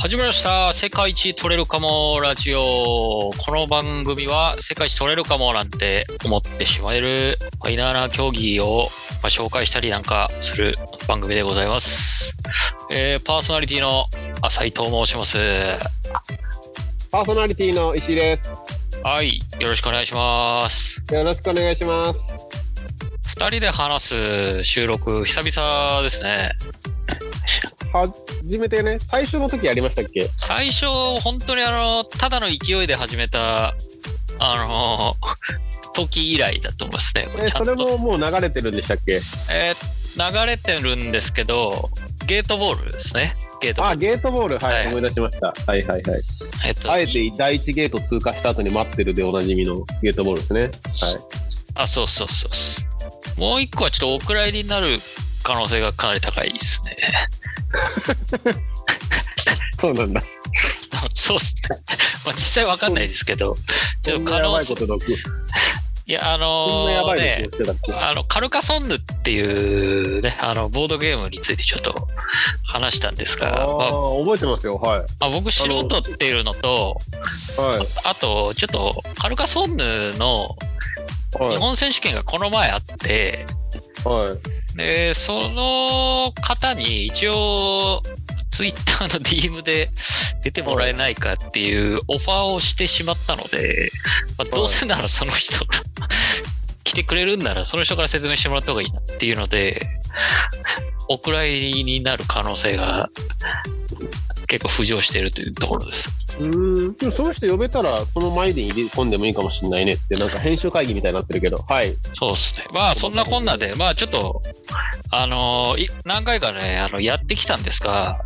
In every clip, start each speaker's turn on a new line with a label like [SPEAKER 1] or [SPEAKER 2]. [SPEAKER 1] 始まりました。世界一取れるかもラジオ。この番組は世界一取れるかもなんて思ってしまえるマイナーな競技をまあ紹介したりなんかする番組でございます。えーパーソナリティの浅井と申します。
[SPEAKER 2] パーソナリティの石井です。
[SPEAKER 1] はい、よろしくお願いします。
[SPEAKER 2] よろしくお願いします。
[SPEAKER 1] 二人で話す収録、久々ですね。
[SPEAKER 2] 初めてね、最初の時やりましたっけ
[SPEAKER 1] 最初、本当にあの、ただの勢いで始めた、あの、時以来だと思いますね。こ
[SPEAKER 2] え、
[SPEAKER 1] ちゃ
[SPEAKER 2] そ
[SPEAKER 1] んと
[SPEAKER 2] れももう流れてるんでしたっけ
[SPEAKER 1] えー流れてるんですけど、ゲートボールですね。ゲートボー
[SPEAKER 2] あ、
[SPEAKER 1] ル。
[SPEAKER 2] ゲートボール、はい、
[SPEAKER 1] はい
[SPEAKER 2] 思い出しました。はいはいはい。
[SPEAKER 1] えっと
[SPEAKER 2] あえて第一ゲート通過した後に待ってるでおなじみのゲートボールですね。はい。
[SPEAKER 1] あ、そうそうそうそう。もう一個はちょっとお蔵入りになる可能性がかなり高いですね。
[SPEAKER 2] そうなんだ。
[SPEAKER 1] そうですね。 まあ実際わかんないですけど、ちょ
[SPEAKER 2] こ
[SPEAKER 1] っ
[SPEAKER 2] ん
[SPEAKER 1] と
[SPEAKER 2] な
[SPEAKER 1] 可
[SPEAKER 2] やば
[SPEAKER 1] 能
[SPEAKER 2] い
[SPEAKER 1] 性
[SPEAKER 2] こ、と毒。
[SPEAKER 1] いや、あ
[SPEAKER 2] こんなや
[SPEAKER 1] の
[SPEAKER 2] ば
[SPEAKER 1] ー
[SPEAKER 2] い
[SPEAKER 1] ね
[SPEAKER 2] ことしてたっ
[SPEAKER 1] あの、カルカソンヌっていうね、あの、ボードゲームについてちょっと話したんです
[SPEAKER 2] け
[SPEAKER 1] が、まあ
[SPEAKER 2] ああ、覚えてますよ。はい。
[SPEAKER 1] まあ僕素人っていうのと、
[SPEAKER 2] は
[SPEAKER 1] あと、ちょっと、カルカソンヌの
[SPEAKER 2] い。
[SPEAKER 1] 日
[SPEAKER 2] は
[SPEAKER 1] 本選手権がこの前あって、
[SPEAKER 2] い。はい。
[SPEAKER 1] でその方に一応ツイッターの DM で出てもらえないかっていうオファーをしてしまったので、まあどうせならその人が 来てくれるんならその人から説明してもらった方がいいなっていうのでお蔵入りになる可能性が結構浮上しているというところです
[SPEAKER 2] うーん。でもその人呼べたら、その前に入れ込んでもいいかもしれないねって、なんか編集会議みたいになってるけど。はい。
[SPEAKER 1] そうですねまあそんなこんなでまあちょっとあのい何回かねあのやってきたんですが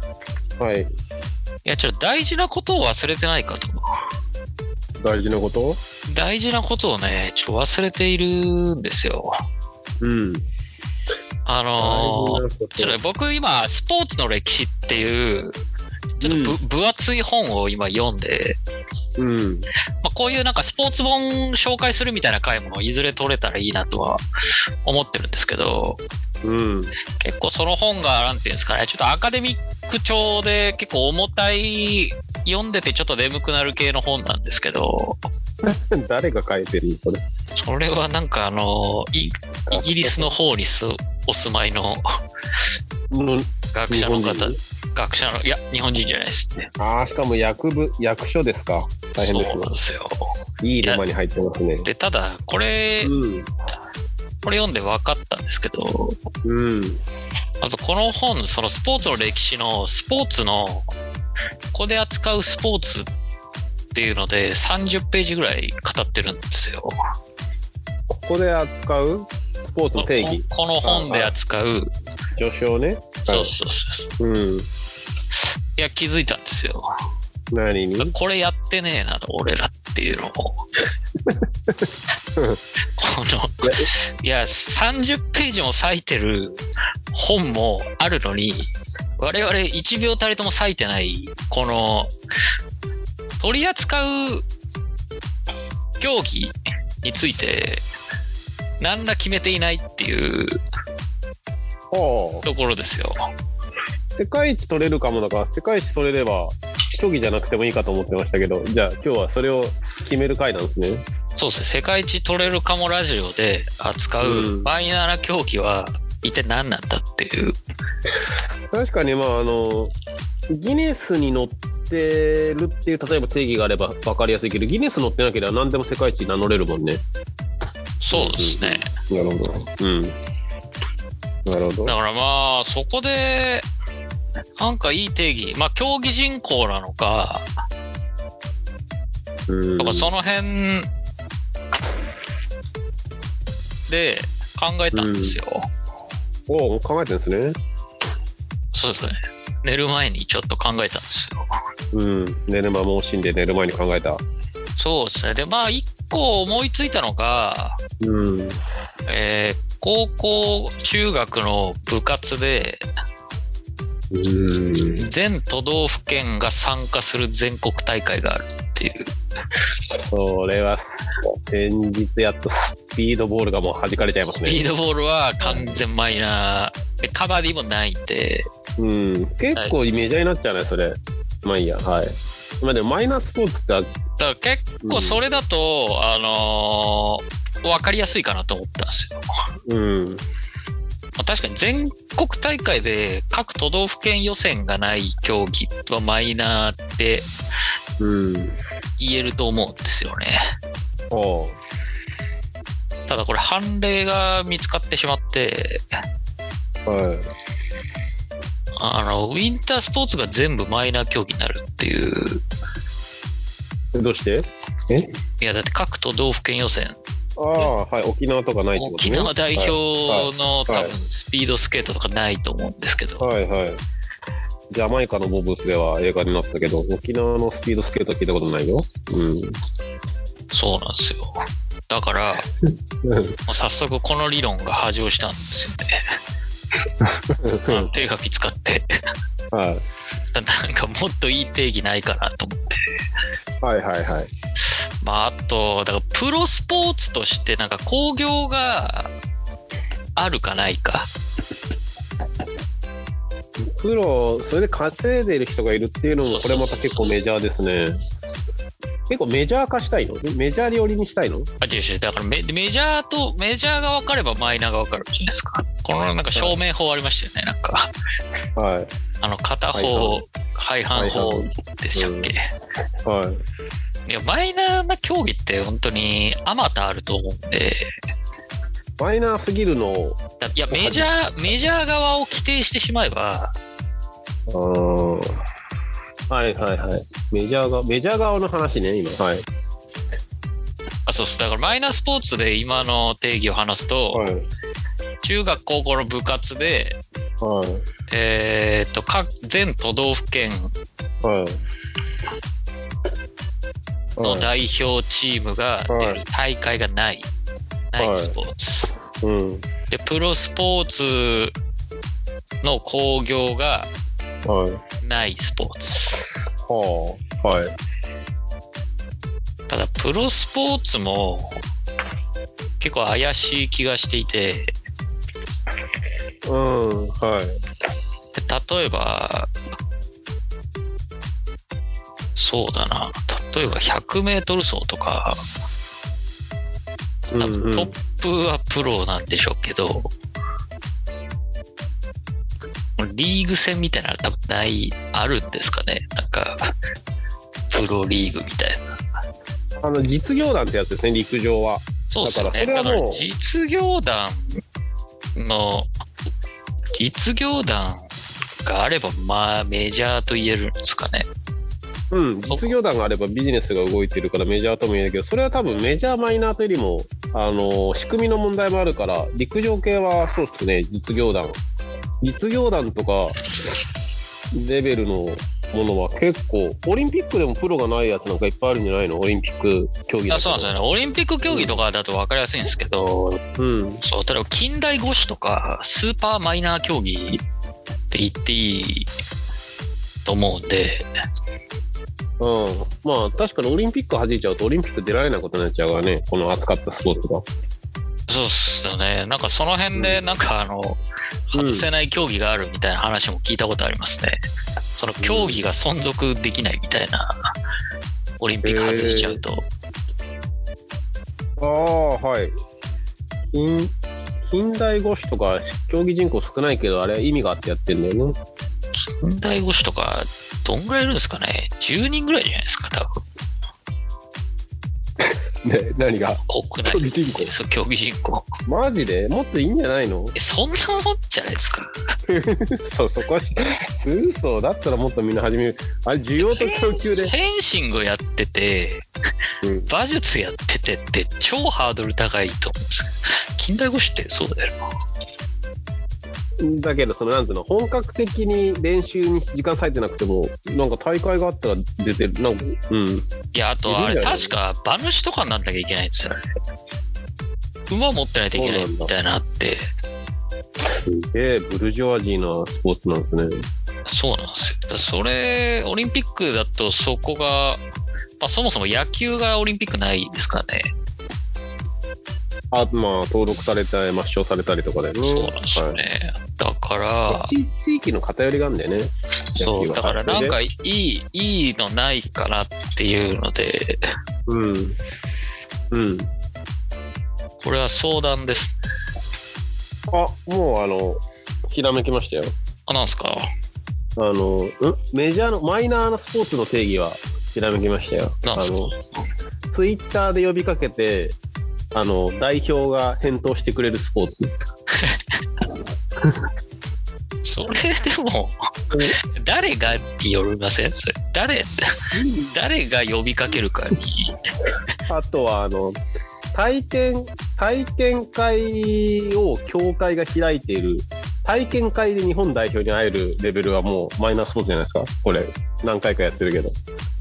[SPEAKER 2] はい。
[SPEAKER 1] いやちょっと大事なことを忘れてないかと
[SPEAKER 2] 大事なこと
[SPEAKER 1] 大事なことをね、ちょっと忘れているんですよ。
[SPEAKER 2] うん。
[SPEAKER 1] あ
[SPEAKER 2] 大事
[SPEAKER 1] のー
[SPEAKER 2] なこと
[SPEAKER 1] ちょっとね僕今、スポーツの歴史っていう、ちょっとぶ分厚い本を今読んで、
[SPEAKER 2] うん。
[SPEAKER 1] まあ、こういうなんかスポーツ本紹介するみたいな回もいずれ取れたらいいなとは思ってるんですけど、
[SPEAKER 2] うん。
[SPEAKER 1] 結構その本がなんていうんですかね、ちょっとアカデミック調で結構重たい、読んでてちょっと眠くなる系の本なんですけど、
[SPEAKER 2] 誰が書いてるのそれ。
[SPEAKER 1] それはなんかあのー、イイギリスの方にすお住まいの
[SPEAKER 2] の
[SPEAKER 1] 学者の方、学者の、いや、日本人じゃないですね。
[SPEAKER 2] ああ、しかも役部、役所ですか。大変で
[SPEAKER 1] そうなんですよ。
[SPEAKER 2] すね。いいレマに入ってますね。
[SPEAKER 1] で、ただ、これ、
[SPEAKER 2] うん。
[SPEAKER 1] これ読んで分かったんですけど、
[SPEAKER 2] うん。
[SPEAKER 1] まずこの本、そのスポーツの歴史の、スポーツの、ここで扱うスポーツっていうので、30ページぐらい語ってるんですよ。
[SPEAKER 2] ここで扱うスポーツの定義。
[SPEAKER 1] ここの本で扱う、
[SPEAKER 2] 序章ね。
[SPEAKER 1] そうそうそう。
[SPEAKER 2] うん。
[SPEAKER 1] いや、気づいたんですよ。
[SPEAKER 2] 何に
[SPEAKER 1] これやってねえな、俺らっていうのを。 この、いや、30ページも割いてる本もあるのに、我々1秒たりとも割いてない、この、取り扱う競技について、何ら決めていないっていう
[SPEAKER 2] は
[SPEAKER 1] ところですよ。
[SPEAKER 2] あ。世界一取れるかもだから、世界一取れれば、競技じゃなくてもいいかと思ってましたけど、じゃあ今日はそれを決める回なんですね。
[SPEAKER 1] そうですね、世界一取れるかもラジオで扱ううんマイナーな競技は一体何なんだっていう、
[SPEAKER 2] 確かにまああのギネスに載ってるっていう例えば定義があれば分かりやすいけどギネス載ってなければ何でも世界一名乗れるもんね
[SPEAKER 1] そうですね。
[SPEAKER 2] なるほどうんなるほ
[SPEAKER 1] だからまあ、そこで、なんかいい定義、まあ、競技人口なのか、
[SPEAKER 2] どうん
[SPEAKER 1] とかその辺で考えたんですよ。
[SPEAKER 2] おう考えてるんですね
[SPEAKER 1] そうですね。寝る前にちょっと考えたんですよ。
[SPEAKER 2] うん寝る間も惜しんで寝る前に考えた
[SPEAKER 1] そうですね。で、まあ、一個思いついたのが、
[SPEAKER 2] うん
[SPEAKER 1] えー高校、中学の部活で、
[SPEAKER 2] うん
[SPEAKER 1] 全都道府県が参加する全国大会があるっていう。
[SPEAKER 2] それは先日やっとスピードボールがもう弾かれちゃいま
[SPEAKER 1] ス
[SPEAKER 2] す
[SPEAKER 1] ピー
[SPEAKER 2] ね
[SPEAKER 1] ドボールは完全マイナー。でカバディもないんで、
[SPEAKER 2] うん結構メジャーになっちゃうねそれまあいいや、はい。まあでもマイナースポーツってあ、
[SPEAKER 1] だから結構それだと、あのー、分かりやすいかなと思ったんですよ。
[SPEAKER 2] うん。
[SPEAKER 1] まあ確かに全国大会で各都道府県予選がない競技はマイナーって
[SPEAKER 2] うん。
[SPEAKER 1] 言えると思うんですよね。
[SPEAKER 2] あ
[SPEAKER 1] ただこれ判例が見つかってしまって、
[SPEAKER 2] あ。はい。
[SPEAKER 1] あの、ウィンタースポーツが全部マイナー競技になるっていう。
[SPEAKER 2] えどうして
[SPEAKER 1] いや、だって各都道府県予選、
[SPEAKER 2] ああ、はい。沖縄とかないってこと
[SPEAKER 1] 沖
[SPEAKER 2] ね。
[SPEAKER 1] 縄代表の多
[SPEAKER 2] はい
[SPEAKER 1] 分スピードスケートとかないと思うんですけど、
[SPEAKER 2] はいはい。ジャマイカのボブスでは映画になったけど、沖縄のスピードスケートは聞いたことないよ。うん。
[SPEAKER 1] そうなんですよ。だから、もう早速この理論が波状したんですよね。判定書き使って。
[SPEAKER 2] はい。
[SPEAKER 1] なんかもっといい定義ないかなと思って。
[SPEAKER 2] はいはいはい。
[SPEAKER 1] まあ、あと、だからプロスポーツとして、なんか興行があるかないか。
[SPEAKER 2] プロ、それで稼いでる人がいるっていうの
[SPEAKER 1] そ
[SPEAKER 2] も、
[SPEAKER 1] う
[SPEAKER 2] こ
[SPEAKER 1] そう
[SPEAKER 2] れ
[SPEAKER 1] そう
[SPEAKER 2] また結構メジャーですね。結構メジャー化したいのメジャー寄りにしたいの
[SPEAKER 1] あ、違う違うだからメメジャーと、メジャーが分かればマイナーが分かるじゃないですか。このなんか証明法ありましたよね、なんか。
[SPEAKER 2] はい。
[SPEAKER 1] あの、片方、廃反法でしたっけ。
[SPEAKER 2] はい。
[SPEAKER 1] いや、マイナーな競技って本当にあまたあると思うんで、
[SPEAKER 2] マイナーすぎるのを、
[SPEAKER 1] だいや、メジャー、メジャー側を規定してしまえば、
[SPEAKER 2] うーんはいはいはい。メジャーが、メジャー側の話ね、今。はい。
[SPEAKER 1] あ、そうそう、だからマイナースポーツで今の定義を話すと、
[SPEAKER 2] はい。
[SPEAKER 1] 中学高校の部活で、
[SPEAKER 2] はい。
[SPEAKER 1] えーっと各全都道府県
[SPEAKER 2] はい。
[SPEAKER 1] の
[SPEAKER 2] はい
[SPEAKER 1] 代表チームが出る大会がない、
[SPEAKER 2] はい
[SPEAKER 1] ないスポーツ、
[SPEAKER 2] うん。
[SPEAKER 1] でプロスポーツの興行が
[SPEAKER 2] はい。
[SPEAKER 1] ないスポーツ
[SPEAKER 2] はあ。はい。
[SPEAKER 1] ただプロスポーツも結構怪しい気がしていて
[SPEAKER 2] うん。はい。
[SPEAKER 1] で例えばそうだな例えば 100m 走とか
[SPEAKER 2] う
[SPEAKER 1] 多
[SPEAKER 2] ん
[SPEAKER 1] 分
[SPEAKER 2] うん
[SPEAKER 1] トップはプロなんでしょうけど、リーグ戦みたいなの多分ない、あるんですかね、なんか、プロリーグみたいな。
[SPEAKER 2] あの実業団ってやつですね、陸上は。
[SPEAKER 1] そうですよね。
[SPEAKER 2] だから
[SPEAKER 1] だか
[SPEAKER 2] それはもう
[SPEAKER 1] ら実業団の、実業団があれば、まあ、メジャーと言えるんですかね。
[SPEAKER 2] うん、実業団があればビジネスが動いてるからメジャーとも言えるけど、それは多分メジャーマイナーというよりも、あの仕組みの問題もあるから、陸上系はそうですね、実業団。実業団とかレベルのものは結構、オリンピックでもプロがないやつなんかいっぱいあるんじゃないのオリンピック競技
[SPEAKER 1] い
[SPEAKER 2] だ
[SPEAKER 1] や
[SPEAKER 2] けど
[SPEAKER 1] そうなんですよね。オリンピック競技とかだと分かりやすいんですけど、
[SPEAKER 2] うん。
[SPEAKER 1] そう例えば近代五種とかスーパーマイナー競技って言っていいと思うんで
[SPEAKER 2] うん、まあ確かにオリンピック弾いちゃうとオリンピック出られないことになっちゃうからねこの扱ったスポーツが
[SPEAKER 1] そうっすよねなんかその辺でなんかあの、
[SPEAKER 2] うん
[SPEAKER 1] 外せない競技があるみたいな話も聞いたことありますねその競技が存続できないみたいなオリンピック外しちゃうと、
[SPEAKER 2] ああはい近近代五種とか競技人口少ないけどあれは意味があってやってんだよね
[SPEAKER 1] 近代五種とかどんぐらいいるんですかね10人ぐらいじゃないですか多分
[SPEAKER 2] ね何が
[SPEAKER 1] 国内
[SPEAKER 2] 競技人口
[SPEAKER 1] そう競技人口
[SPEAKER 2] マジでもっといいんじゃないの
[SPEAKER 1] えそんなもんじゃないですか
[SPEAKER 2] そうそこはし嘘だったらもっとみんな始めるあれ需要と供給で
[SPEAKER 1] フェンシングやってて、
[SPEAKER 2] うん
[SPEAKER 1] 馬術やっててって超ハードル高いと思うんですけど近代五種ってそうだよな
[SPEAKER 2] だけどそのなんていうの本格的に練習に時間割いてなくてもなんか大会があったら出てるなんかうん
[SPEAKER 1] いやあとあ
[SPEAKER 2] いる
[SPEAKER 1] れ
[SPEAKER 2] んじゃない
[SPEAKER 1] 確か馬主とかになんなきゃいけないんですよね馬持ってないといけないみたいなのあって
[SPEAKER 2] すげえブルジョワジーなスポーツなんですね
[SPEAKER 1] そうなんですよだからそれオリンピックだとそこが、まあ、そもそも野球がオリンピックないですからね
[SPEAKER 2] あまあ登録されたり抹消されたりとかでね
[SPEAKER 1] そうなんですよね、だから
[SPEAKER 2] 地地域の偏りがあるんだよね。野球は
[SPEAKER 1] そう、だからなんか
[SPEAKER 2] はい
[SPEAKER 1] いい、いいのないかなっていうので、
[SPEAKER 2] それでうんうん
[SPEAKER 1] これは相談です。
[SPEAKER 2] あもうあのひらめきましたよ
[SPEAKER 1] あ、なんすか
[SPEAKER 2] あのんメジャーのマイナーなスポーツの定義はひらめきましたよ
[SPEAKER 1] なんすか
[SPEAKER 2] あのツイッターで呼びかけてあの代表が返答してくれるスポーツ
[SPEAKER 1] それでも、 誰がってよりませんそれ誰、誰が呼びかけるかに。
[SPEAKER 2] あとはあの体験体験会を協会が開いている体験会で日本代表に会えるレベルはもうマイナースポーツじゃないですかこれ何回かやってるけど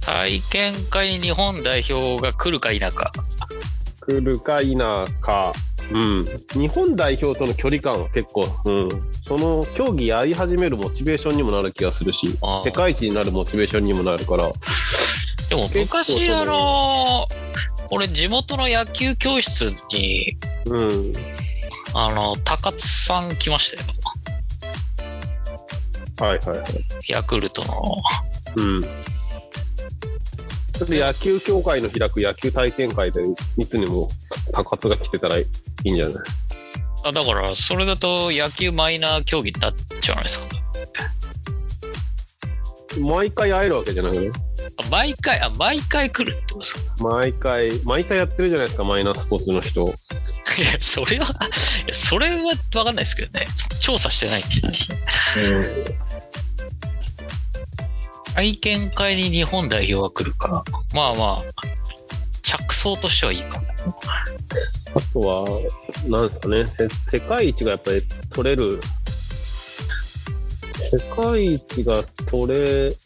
[SPEAKER 1] 体験会に日本代表が来るか否か。
[SPEAKER 2] 来るか否か、うん、日本代表との距離感は結構、うん、その競技やり始めるモチベーションにもなる気がするし
[SPEAKER 1] あー
[SPEAKER 2] 世界一になるモチベーションにもなるから
[SPEAKER 1] でも昔
[SPEAKER 2] 結構
[SPEAKER 1] あ
[SPEAKER 2] そ
[SPEAKER 1] の俺地元の野球教室に
[SPEAKER 2] うん
[SPEAKER 1] あの高津さん来ましたよ
[SPEAKER 2] はいはいはい
[SPEAKER 1] ヤクルトの
[SPEAKER 2] うんそれで野球協会の開く野球体験会でいつにも高津が来てたらいいんじゃない
[SPEAKER 1] あだからそれだと野球マイナー競技になっちゃうじゃないですか
[SPEAKER 2] 毎回会えるわけじゃないよね
[SPEAKER 1] あ毎回あ毎回来るってことですか
[SPEAKER 2] 毎回毎回やってるじゃないですかマイナースポーツの人
[SPEAKER 1] いやそれはいやそれは分かんないですけどね調査してないんで体験会に日本代表が来るからまあまあ着想としてはいいかも
[SPEAKER 2] あとは、なんですかね、せ世界一がやっぱり取れる、世界一が取れ、世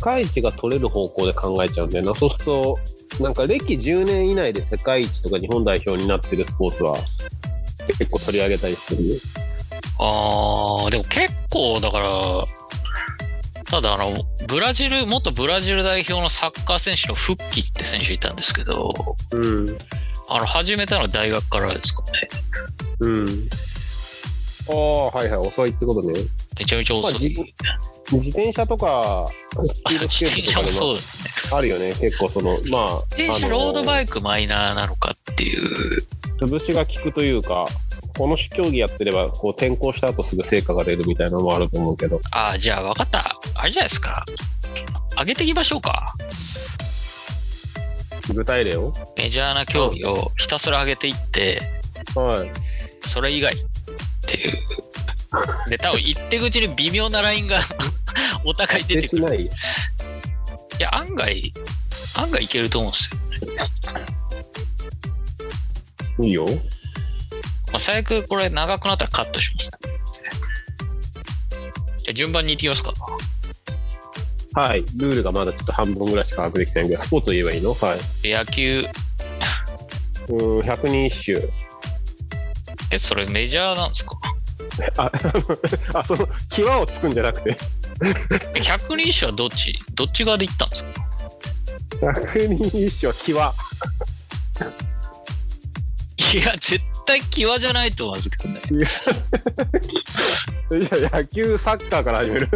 [SPEAKER 2] 界一が取れる方向で考えちゃうんだよな、そうすると、なんか歴10年以内で世界一とか日本代表になってるスポーツは、結構取り上げたりするね。
[SPEAKER 1] あーでも結構だからただあのブラジル元ブラジル代表のサッカー選手のフッキーって選手いたんですけど
[SPEAKER 2] うん
[SPEAKER 1] あの始めたのは大学からですかね
[SPEAKER 2] うんああ、はいはい、遅いってことね。
[SPEAKER 1] めちゃめちゃ遅い、
[SPEAKER 2] ま自転車とか、スピードス
[SPEAKER 1] 自
[SPEAKER 2] ケー
[SPEAKER 1] 転車
[SPEAKER 2] トとか
[SPEAKER 1] も
[SPEAKER 2] で
[SPEAKER 1] そう
[SPEAKER 2] も
[SPEAKER 1] ですね
[SPEAKER 2] あるよね、結構その、まあ。
[SPEAKER 1] 自転車ロード
[SPEAKER 2] イ
[SPEAKER 1] バイクマイナーなのかっていう
[SPEAKER 2] 潰しが効くというか、この競技やってれば、こう転校した後すぐ成果が出るみたいなのもあると思うけど、
[SPEAKER 1] ああじゃあ分かったあれじゃないですか上げていきましょうか
[SPEAKER 2] 具体例を
[SPEAKER 1] メジャーな競技をひたすら上げていって
[SPEAKER 2] はい。
[SPEAKER 1] それ以外っていうで多分言って口に微妙なラインが お互い出て
[SPEAKER 2] で
[SPEAKER 1] く
[SPEAKER 2] き
[SPEAKER 1] る
[SPEAKER 2] ない
[SPEAKER 1] いや、案外、案外いけると思うんですよ。
[SPEAKER 2] いいよ。
[SPEAKER 1] まあ、最悪これ長くなったらカットします。じゃあ順番にいってきますか。
[SPEAKER 2] はい。ルールがまだちょっと半分ぐらいしか把握できてないけど、スポーツ言えばいいのはい。
[SPEAKER 1] 野球、
[SPEAKER 2] うーん、百人一首。
[SPEAKER 1] え、それメジャーなんですか
[SPEAKER 2] あ、あその、 際をつくんじゃなくて、
[SPEAKER 1] え ?100 人一首はどっちどっち側で行ったんですか
[SPEAKER 2] 百人一首は際。
[SPEAKER 1] いや、絶対際じゃないと思うんですけどね。
[SPEAKER 2] いや、野球、サッカーから始 める。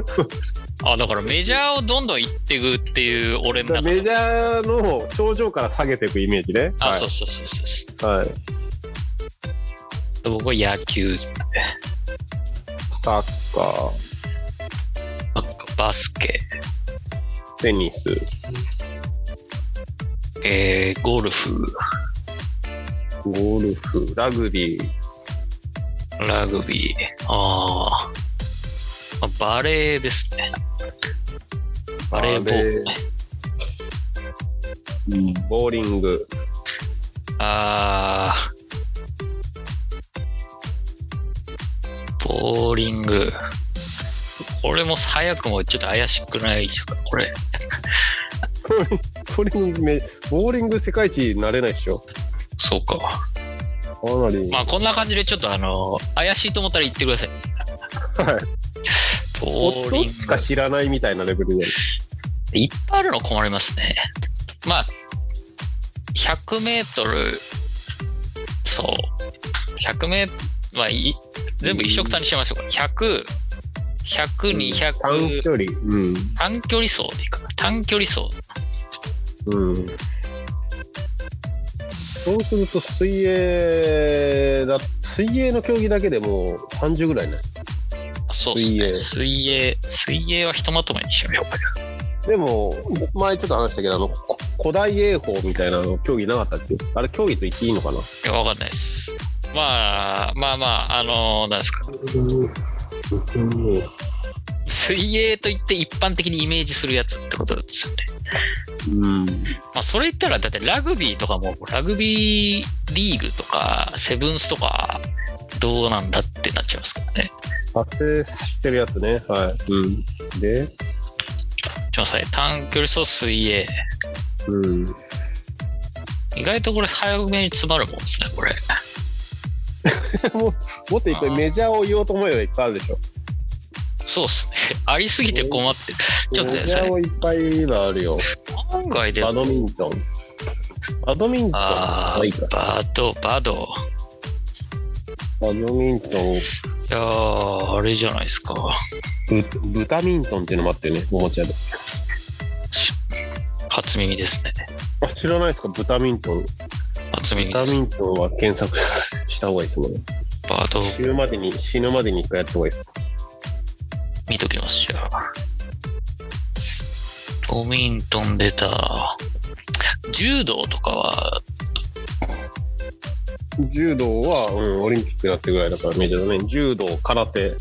[SPEAKER 1] あ、だからメジャーをどんどん行っていくっていう俺の中で。
[SPEAKER 2] メジャーの頂上から下げていくイメージね。
[SPEAKER 1] あ、
[SPEAKER 2] はい
[SPEAKER 1] そうそうそうそうそ
[SPEAKER 2] はい。
[SPEAKER 1] う。僕は野球、
[SPEAKER 2] サッカー、
[SPEAKER 1] なんかバスケ、
[SPEAKER 2] テニス、
[SPEAKER 1] えー、ゴルフ、
[SPEAKER 2] ゴルフ、ラグビー、
[SPEAKER 1] ラグビー、あーまあ、バレーですね。バレーボールね。
[SPEAKER 2] ボーリング、
[SPEAKER 1] あーボーリング。これも早くもちょっと怪しくないですか、これ。
[SPEAKER 2] ボーリングめ、ボーリング世界一になれないでしょ。
[SPEAKER 1] そうか。
[SPEAKER 2] かなり。
[SPEAKER 1] まあ、こんな感じでちょっと、あの、怪しいと思ったら言ってください。
[SPEAKER 2] はい。
[SPEAKER 1] ボー
[SPEAKER 2] ど
[SPEAKER 1] リ
[SPEAKER 2] っ
[SPEAKER 1] ン
[SPEAKER 2] ち
[SPEAKER 1] グ
[SPEAKER 2] か。知らないみたいなレベルで。
[SPEAKER 1] いっぱいあるの困りますね。まあ、100メートル、そう、100メートル、まあ、い全部一色単にしましょうか。100、 100、
[SPEAKER 2] 短
[SPEAKER 1] 200、
[SPEAKER 2] 距離。うん。
[SPEAKER 1] 短距離走でいいかな。短距離走。
[SPEAKER 2] うん。そうすると水泳だ水泳の競技だけでもう30ぐらいね
[SPEAKER 1] あそうですね。水泳、水泳はひとまとめにしましょうか。
[SPEAKER 2] でも前ちょっと話したけどあのこ古代泳法みたいなの競技なかったっけあれ競技と言っていいのかない
[SPEAKER 1] や、わかんないです。まあ、まあまあ、あのなんですか。
[SPEAKER 2] うん
[SPEAKER 1] 水泳といって一般的にイメージするやつってことなんですよね。
[SPEAKER 2] うん
[SPEAKER 1] まあ、それ言ったら、だってラグビーとかも、ラグビーリーグとか、セブンスとか、どうなんだってなっちゃいますからね。
[SPEAKER 2] 発生してるやつねはい、うん、で
[SPEAKER 1] ちょっと待ってください短距離走水泳。
[SPEAKER 2] うん
[SPEAKER 1] 意外とこれ早めに詰まるもんですね、これ。
[SPEAKER 2] もっといっぱいメジャーを言おうと思えばいっぱいあるでしょ
[SPEAKER 1] そうっすね。 ありすぎて困って。ちょっと
[SPEAKER 2] メ
[SPEAKER 1] 先
[SPEAKER 2] ジャー
[SPEAKER 1] 生、
[SPEAKER 2] もいっぱい今あるよ
[SPEAKER 1] 案外で
[SPEAKER 2] バドミントンバドミントン
[SPEAKER 1] あ
[SPEAKER 2] はいい
[SPEAKER 1] ー
[SPEAKER 2] か
[SPEAKER 1] バド、バド。
[SPEAKER 2] バドミントン
[SPEAKER 1] いやー、あれじゃないですか。
[SPEAKER 2] ブブタミントンっていうのもあってねおもちゃで
[SPEAKER 1] 初耳ですね。
[SPEAKER 2] あ知らないですかブタミントン
[SPEAKER 1] 初
[SPEAKER 2] ブ
[SPEAKER 1] 耳
[SPEAKER 2] タ
[SPEAKER 1] です。
[SPEAKER 2] ミントンは検索した方がいいですもんね
[SPEAKER 1] バド、
[SPEAKER 2] 死ぬまでに死ぬまでに一回やった方がいいです
[SPEAKER 1] 見ときます、じゃあ。ドミントン出た。柔道とかは、
[SPEAKER 2] 柔道は、うん、オリンピックやってぐらいだからメジャーだね柔道空手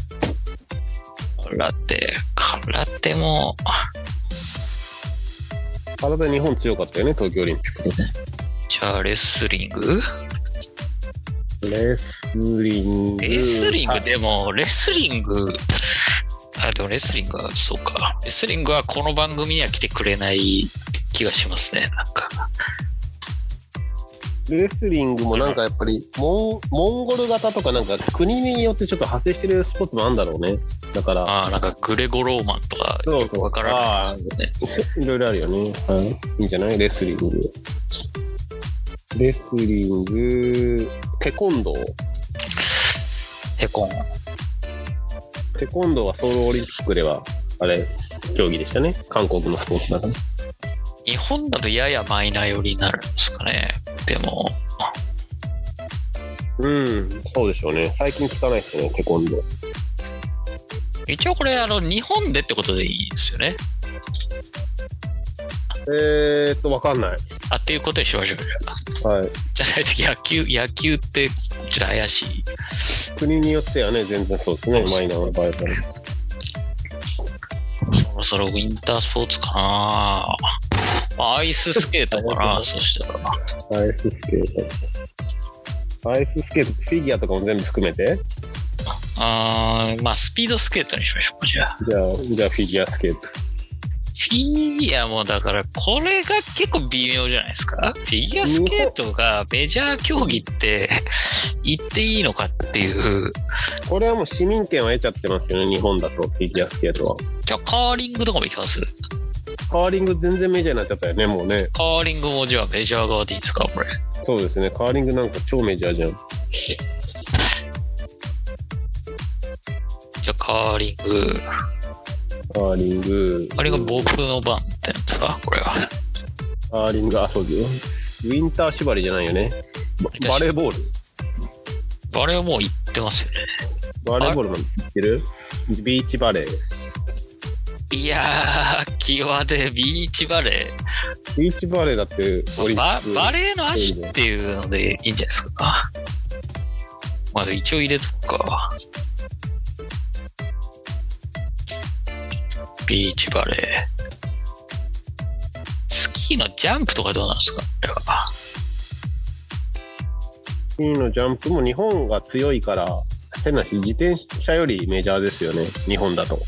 [SPEAKER 1] 空手、空手も、
[SPEAKER 2] 空手日本強かったよね東京オリンピッ
[SPEAKER 1] じゃあレスリング
[SPEAKER 2] クレスリング
[SPEAKER 1] レスリング
[SPEAKER 2] あ
[SPEAKER 1] でも、レスリング、あ、でもレスリングは、そうか。レスリングはこの番組には来てくれない気がしますね。なんか、
[SPEAKER 2] レスリングもなんかやっぱりモンモンゴル型とかなんか国によってちょっと派生してるスポーツもあるんだろうねだから
[SPEAKER 1] あーなんかグレゴローマンとか、
[SPEAKER 2] そうそう
[SPEAKER 1] よくわからないですよね。
[SPEAKER 2] いろいろあるよね。はい。いいんじゃないレスリング。レスリング、テコンドー。
[SPEAKER 1] ヘコン。
[SPEAKER 2] テコンドーはソウルオリンピックでは、あれ、競技でしたね。韓国のスポーツだから。
[SPEAKER 1] 日本だとややマイナー寄りになるんですかね。でも、
[SPEAKER 2] うん、そうでしょうね。最近聞かないですね、テコンドー。
[SPEAKER 1] 一応これ、あの、日本でってことでいいんですよね。
[SPEAKER 2] えーっと、わかんない。
[SPEAKER 1] あ、っていうことにしましょうじゃあ
[SPEAKER 2] はい。
[SPEAKER 1] じゃないと野球、野球って、ちょっと怪しい。
[SPEAKER 2] 国によってはね、全然そうですね。マイナーな場合だから
[SPEAKER 1] そろそろウィンタースポーツかな、まあアイススケートかなそしたら。
[SPEAKER 2] アイススケート。アイススケート、フィギュアとかも全部含めて
[SPEAKER 1] あーまあ、スピードスケートにしましょうか、じゃあ。
[SPEAKER 2] じゃあ、じゃあフィギュアスケート。
[SPEAKER 1] フィギュアもだから、これが結構微妙じゃないですか。フィギュアスケートがメジャー競技って 言っていいのかっていう。
[SPEAKER 2] これはもう市民権は得ちゃってますよね、日本だと、フィギュアスケートは。
[SPEAKER 1] じゃあ、カーリングとかもいきます
[SPEAKER 2] カーリング全然メジャーになっちゃったよね、もうね。
[SPEAKER 1] カーリングもじゃあメジャー側でいいですか、これ。
[SPEAKER 2] そうですね、カーリングなんか超メジャーじゃん。
[SPEAKER 1] じゃあ、カーリング。
[SPEAKER 2] カーリング。
[SPEAKER 1] あれが僕の番ってなんですか、これは。
[SPEAKER 2] カーリング、あ、そうですよ。ウィンター縛りじゃないよね。ババレーボール。
[SPEAKER 1] あれはもう言ってますよね。
[SPEAKER 2] バレーボールなんて知ってるビーチバレー。
[SPEAKER 1] いやー、際でビーチバレー。
[SPEAKER 2] ビーチバレーだってオリンピ
[SPEAKER 1] バ
[SPEAKER 2] ック。
[SPEAKER 1] バ
[SPEAKER 2] レ
[SPEAKER 1] レーの足っていうのでいいんじゃないですか。まあ一応入れとくか。ビーチバレー。スキーのジャンプとかどうなんですかこれは
[SPEAKER 2] のジャンプも日本が強いから、変なし、自転車よりメジャーですよね、日本だと。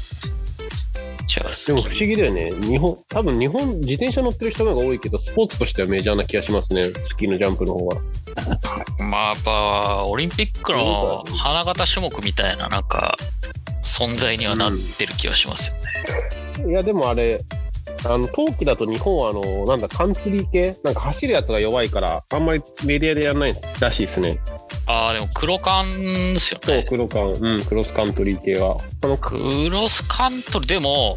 [SPEAKER 1] じゃあス
[SPEAKER 2] で
[SPEAKER 1] キ
[SPEAKER 2] も
[SPEAKER 1] ー
[SPEAKER 2] 不思議だよね、日本、多分日本、自転車乗ってる人の方が多いけど、スポーツとしてはメジャーな気がしますね、スキーのジャンプの方は。
[SPEAKER 1] まあやっぱオリンピックの花形種目みたいななんか存在にはなってる気がしますよね。
[SPEAKER 2] いや、でもあれ、あの冬季だと日本はあの、なんだ、カンツリー系、なんか走るやつが弱いから、あんまりメディアでやらないらしいですね。
[SPEAKER 1] ああ、でも黒缶ですよ
[SPEAKER 2] そう
[SPEAKER 1] ね。
[SPEAKER 2] 黒缶、うん、クロスカントリー系はあの
[SPEAKER 1] クロスカントリー、でも、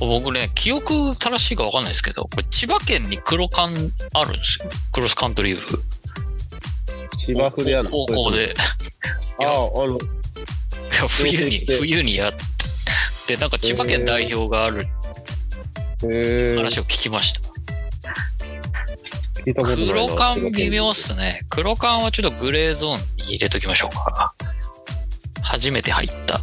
[SPEAKER 1] 僕ね、記憶正しいか分かんないですけど、これ千葉県に黒缶あるんですよ。クロスカントリー部。
[SPEAKER 2] 芝生でやる
[SPEAKER 1] 高校で。い
[SPEAKER 2] あああの
[SPEAKER 1] や、冬に
[SPEAKER 2] 高校、で
[SPEAKER 1] 冬にやって、なんか千葉県代表がある
[SPEAKER 2] へえ
[SPEAKER 1] 話を聞きました。
[SPEAKER 2] 聞いたことないな
[SPEAKER 1] 黒缶微妙っすね。黒缶はちょっとグレーゾーンに入れときましょうか。初めて入った。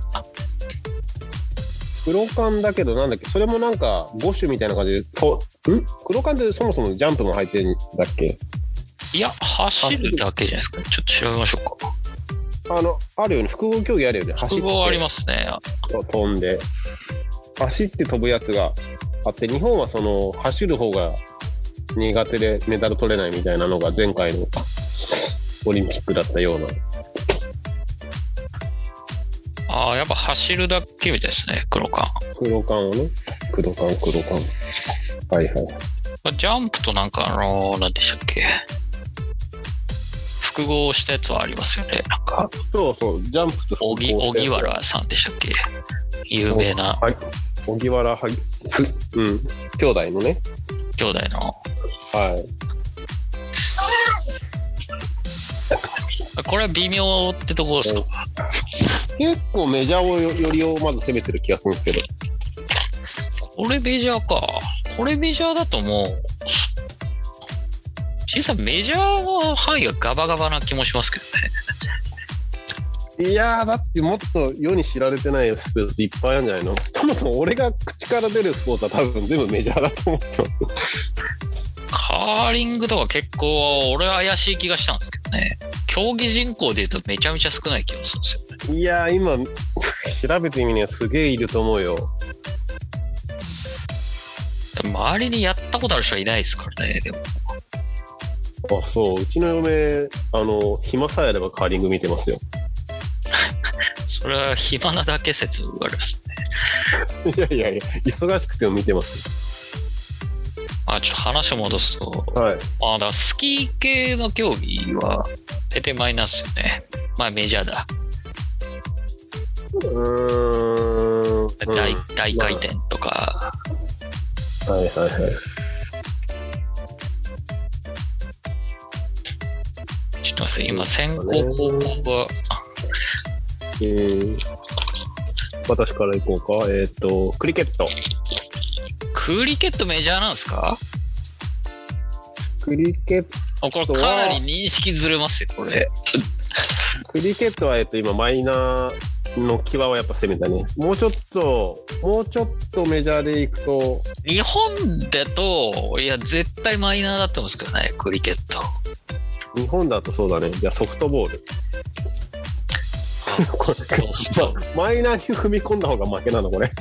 [SPEAKER 2] 黒缶だけどなんだっけそれもなんか5種みたいな感じでそううん黒缶ってそもそもジャンプも入ってるんだっけ
[SPEAKER 1] いや、走るだけじゃないですか。ちょっと調べましょうか。
[SPEAKER 2] あのあるよね複合競技あるよね
[SPEAKER 1] 複合あり
[SPEAKER 2] ま
[SPEAKER 1] ますね。
[SPEAKER 2] す飛んで走って飛ぶやつがあって日本はその走る方が苦手でメダル取れないみたいなのが前回のオリンピックだったような
[SPEAKER 1] ああ、やっぱ走るだけみたいですね、黒缶。
[SPEAKER 2] 黒缶をね黒缶黒缶はいはい
[SPEAKER 1] ジャンプとなんかあのー、何でしたっけ。複合したやつはありますよね。なんか、
[SPEAKER 2] そうそうジャンプと
[SPEAKER 1] 小木小木原さんでしたっけ。有名な
[SPEAKER 2] はい荻原はぎつうん兄弟のね
[SPEAKER 1] 兄弟の。
[SPEAKER 2] はい
[SPEAKER 1] これは微妙ってところですか。
[SPEAKER 2] 結構メジャーをよよりをまず攻めてる気がするんですけど
[SPEAKER 1] これメジャーか。これメジャーだともう、小さいメジャーの範囲がガバガバな気もしますけどね。
[SPEAKER 2] いやーだってもっと世に知られてないスポーツいっぱいあるんじゃないのそもそも俺が口から出るスポーツは多分全部メジャーだと思ってます
[SPEAKER 1] カーリングとか結構、俺は怪しい気がしたんですけどね。競技人口で言うとめちゃめちゃ少ない気がするんですよね。
[SPEAKER 2] いやー今調べてみねすげえいると思うよ
[SPEAKER 1] でも周りにやったことある人はいないですからね。でも、
[SPEAKER 2] あそううちの嫁あの暇さえあればカーリング見てますよ
[SPEAKER 1] それは暇なだけ説がありますね。
[SPEAKER 2] いやいやいや忙しくても見てます
[SPEAKER 1] まあちょっと話を戻すと、
[SPEAKER 2] はい
[SPEAKER 1] まあだからスキー系の競技はペテマイナスよね。まあメジャーだ。
[SPEAKER 2] うーん
[SPEAKER 1] 大
[SPEAKER 2] うん
[SPEAKER 1] 大回転とか。
[SPEAKER 2] はいはいはい
[SPEAKER 1] ちょっと待って今、先行
[SPEAKER 2] ね
[SPEAKER 1] 後攻は、
[SPEAKER 2] えー私から行こうかえっ、とクリケット
[SPEAKER 1] クリケットメジャーなんですか
[SPEAKER 2] クリケット
[SPEAKER 1] あこれかなり認識ずれますよ、これ。
[SPEAKER 2] クリケットは、えっと、今マイナーの際はやっぱ攻めたねもうちょっともうちょっとメジャーでいくと
[SPEAKER 1] 日本だと、いや、絶対マイナーだと思うんですけどね、クリケット。
[SPEAKER 2] 日本だとそうだねじゃあソフトボール
[SPEAKER 1] そうそう
[SPEAKER 2] マイナーに踏み込んだ方が負けなのこれ
[SPEAKER 1] い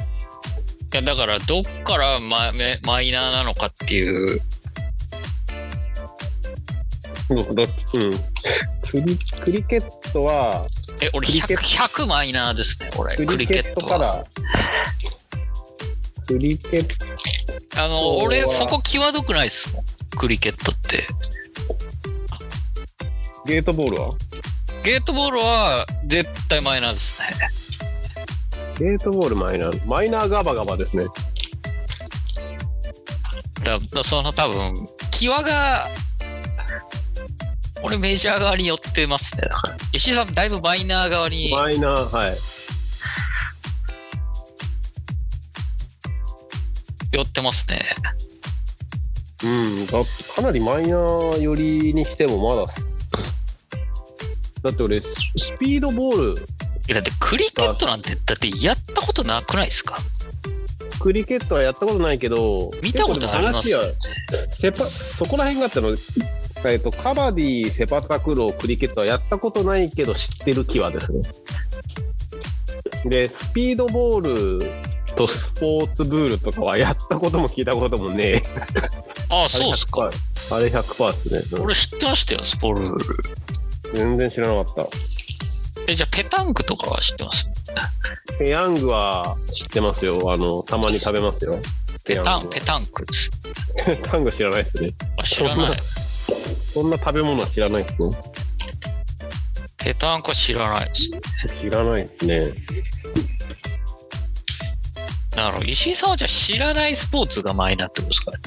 [SPEAKER 1] や、だから、どっからマめマイナーなのかっていう、
[SPEAKER 2] うんどっちうんクリクリケットは
[SPEAKER 1] え、俺
[SPEAKER 2] クリケ
[SPEAKER 1] 100、100マイナーですね、俺、
[SPEAKER 2] ク
[SPEAKER 1] ク
[SPEAKER 2] リ
[SPEAKER 1] リ
[SPEAKER 2] ケ
[SPEAKER 1] ケ
[SPEAKER 2] ッ
[SPEAKER 1] ッ
[SPEAKER 2] ト
[SPEAKER 1] ト
[SPEAKER 2] か
[SPEAKER 1] は。
[SPEAKER 2] らクリケッ
[SPEAKER 1] あの、
[SPEAKER 2] そう
[SPEAKER 1] 俺、そこ際どくないですもん、クリケットって。
[SPEAKER 2] トゲートボールは
[SPEAKER 1] ゲートボールは、絶対マイナーですね。
[SPEAKER 2] ゲートボールマイナーマイナーガバガバですね
[SPEAKER 1] だだその多分際が俺メジャー側に寄ってますねだから石井さんだいぶマイナー側に
[SPEAKER 2] マイナーはい
[SPEAKER 1] 寄ってますね
[SPEAKER 2] うん、だってかなりマイナー寄りにしてもまだだって俺ススピードボール
[SPEAKER 1] えだってクリケットなんてだってやったことなくないですか
[SPEAKER 2] クリケットはやったことないけど
[SPEAKER 1] 見たことあります
[SPEAKER 2] 結構でも話はセパそこら辺があったの、えっと、カバディセパタクロークリケットはやったことないけど知ってる気はですねでスピードボールとスポーツブールとかはやったことも聞いたこともねえ
[SPEAKER 1] ああそうですか
[SPEAKER 2] あれ100%あれ100%ですね、うん
[SPEAKER 1] 俺知ってましたよスポルール
[SPEAKER 2] 全然知らなかった
[SPEAKER 1] えじゃあペタンクとかは知ってます
[SPEAKER 2] ペヤングは知ってますよ。あの、たまに食べますよ。
[SPEAKER 1] ペタン
[SPEAKER 2] ペ
[SPEAKER 1] ペタンクです
[SPEAKER 2] ヤングは。ペタング知らないですね。
[SPEAKER 1] あ知らない
[SPEAKER 2] そんな食べ物は知らないですね。
[SPEAKER 1] ペタンコ知らないです。
[SPEAKER 2] 知らないですね。
[SPEAKER 1] なるほど。石井さんはじゃあ知らないスポーツがマイナーってことですかね。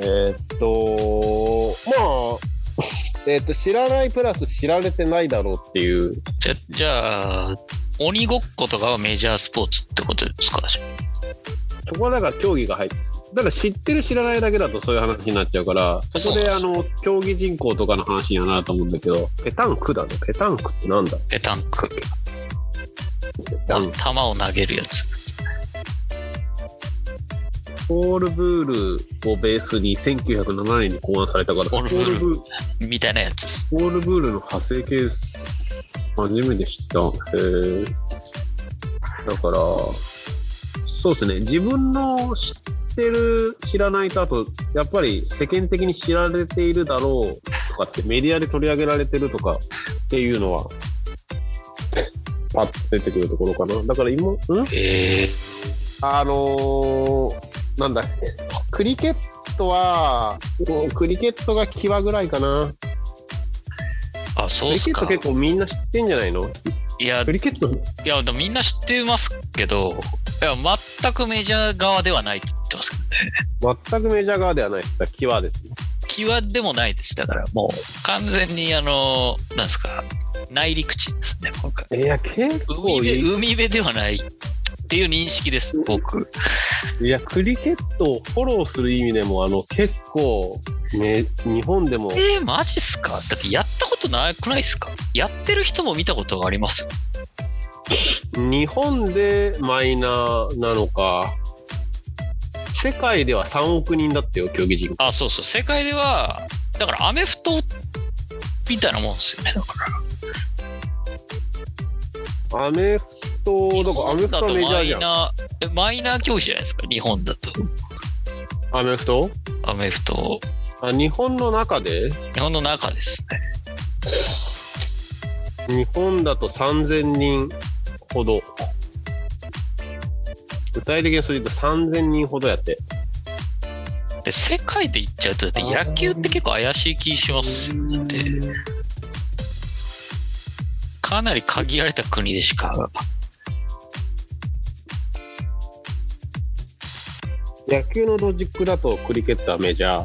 [SPEAKER 2] えーっと、まあ、えーっと、知らないプラス知られてないだろうっていう、
[SPEAKER 1] じゃじゃあ、鬼ごっことかはメジャースポーツってことですか
[SPEAKER 2] そこはだから競技が入って、だから知ってる知らないだけだとそういう話になっちゃうから、そこであ
[SPEAKER 1] そう
[SPEAKER 2] の、競技人口とかの話にはなると思うんだけど、ペタンクだね。ペタンクってなんだ
[SPEAKER 1] ペタンク。
[SPEAKER 2] ペタ
[SPEAKER 1] あ
[SPEAKER 2] ンク。
[SPEAKER 1] 球を投げるやつ。
[SPEAKER 2] ポールブールをベースに1907年に考案されたから、
[SPEAKER 1] ポールブール
[SPEAKER 2] ポールブ
[SPEAKER 1] みたいなやつです。
[SPEAKER 2] ポールブールの派生系です。初めて知った。へーだから、そうですね、自分の知ってる、知らないと、あと、やっぱり世間的に知られているだろうとかって、メディアで取り上げられてるとかっていうのは、パッと出てくるところかな。だから今、ん
[SPEAKER 1] えー、
[SPEAKER 2] あのー、なんだっけ、クリケットは、うんクリケットが際ぐらいかな。
[SPEAKER 1] あ、そ
[SPEAKER 2] ク
[SPEAKER 1] うっ
[SPEAKER 2] リ
[SPEAKER 1] す
[SPEAKER 2] ケッ
[SPEAKER 1] か
[SPEAKER 2] ト。結構みんな知ってんじゃないの
[SPEAKER 1] いや、い
[SPEAKER 2] クリケット
[SPEAKER 1] や、でもみんな知ってますけど、いや、全くメジャー側ではないと思ってますけどね。
[SPEAKER 2] 全くメジャー側ではないです。キワですね。
[SPEAKER 1] キワでもないです。だからもう、完全にあの、なんですか、内陸地ですね、今回。
[SPEAKER 2] いや、結構
[SPEAKER 1] 海
[SPEAKER 2] い
[SPEAKER 1] 辺、
[SPEAKER 2] い。
[SPEAKER 1] 海辺ではないっていう認識です、僕。
[SPEAKER 2] いや、クリケットをフォローする意味でも、あの、結構、ね、日本でも、
[SPEAKER 1] えー、マジっすかだってやったことなくないっすかやってる人も見たことがありますよ
[SPEAKER 2] 日本でマイナーなのか、世界では3億人だったよ、競技人口。
[SPEAKER 1] あ、そうそう、世界では、だからアメフトみたいなもんですよね。だから
[SPEAKER 2] アメフト、だからアメフ
[SPEAKER 1] だ
[SPEAKER 2] トは
[SPEAKER 1] と
[SPEAKER 2] メジャ
[SPEAKER 1] マ
[SPEAKER 2] ーじ
[SPEAKER 1] イ
[SPEAKER 2] ゃん。
[SPEAKER 1] ナー、えマイナー競技じゃないですか、日本だと。
[SPEAKER 2] アメフト
[SPEAKER 1] アメフト、
[SPEAKER 2] あ日本の中で
[SPEAKER 1] 日本の中ですね。
[SPEAKER 2] 日本だと3000人ほど具体的にそれ言うと3000人ほどやって
[SPEAKER 1] で、世界で言っちゃうと、だって野球って結構怪しい気しますよ。だって、かなり限られた国でしか。
[SPEAKER 2] 野球のロジックだとクリケットはメジャー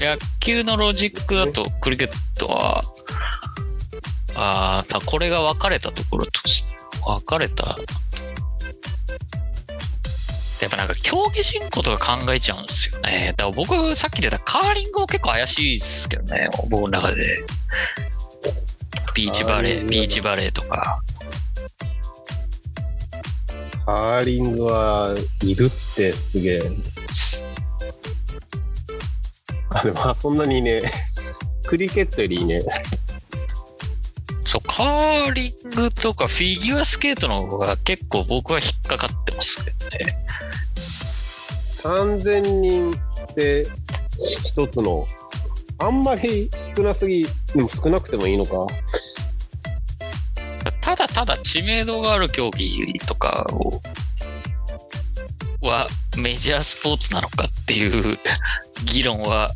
[SPEAKER 1] や野球のロジックだと、クリケットは、ああ、たこれが分かれたところとし分かれた。やっぱなんか競技人口とか考えちゃうんですよね。だから僕、さっき出たカーリングも結構怪しいですけどね、僕の中で。ビーチバレ
[SPEAKER 2] カーリン
[SPEAKER 1] ー、
[SPEAKER 2] グ
[SPEAKER 1] ビーチバレーとか。
[SPEAKER 2] カーリングはいるってすげえあでもあそんなにねクリケットよりいいね
[SPEAKER 1] そう、カーリングとかフィギュアスケートの方が結構僕は引っかかってますけどね。
[SPEAKER 2] 3000人って一つのあんまり少なすぎでも少なくてもいいのか
[SPEAKER 1] ただただ知名度がある競技とかをはメジャースポーツなのかっていう 議論は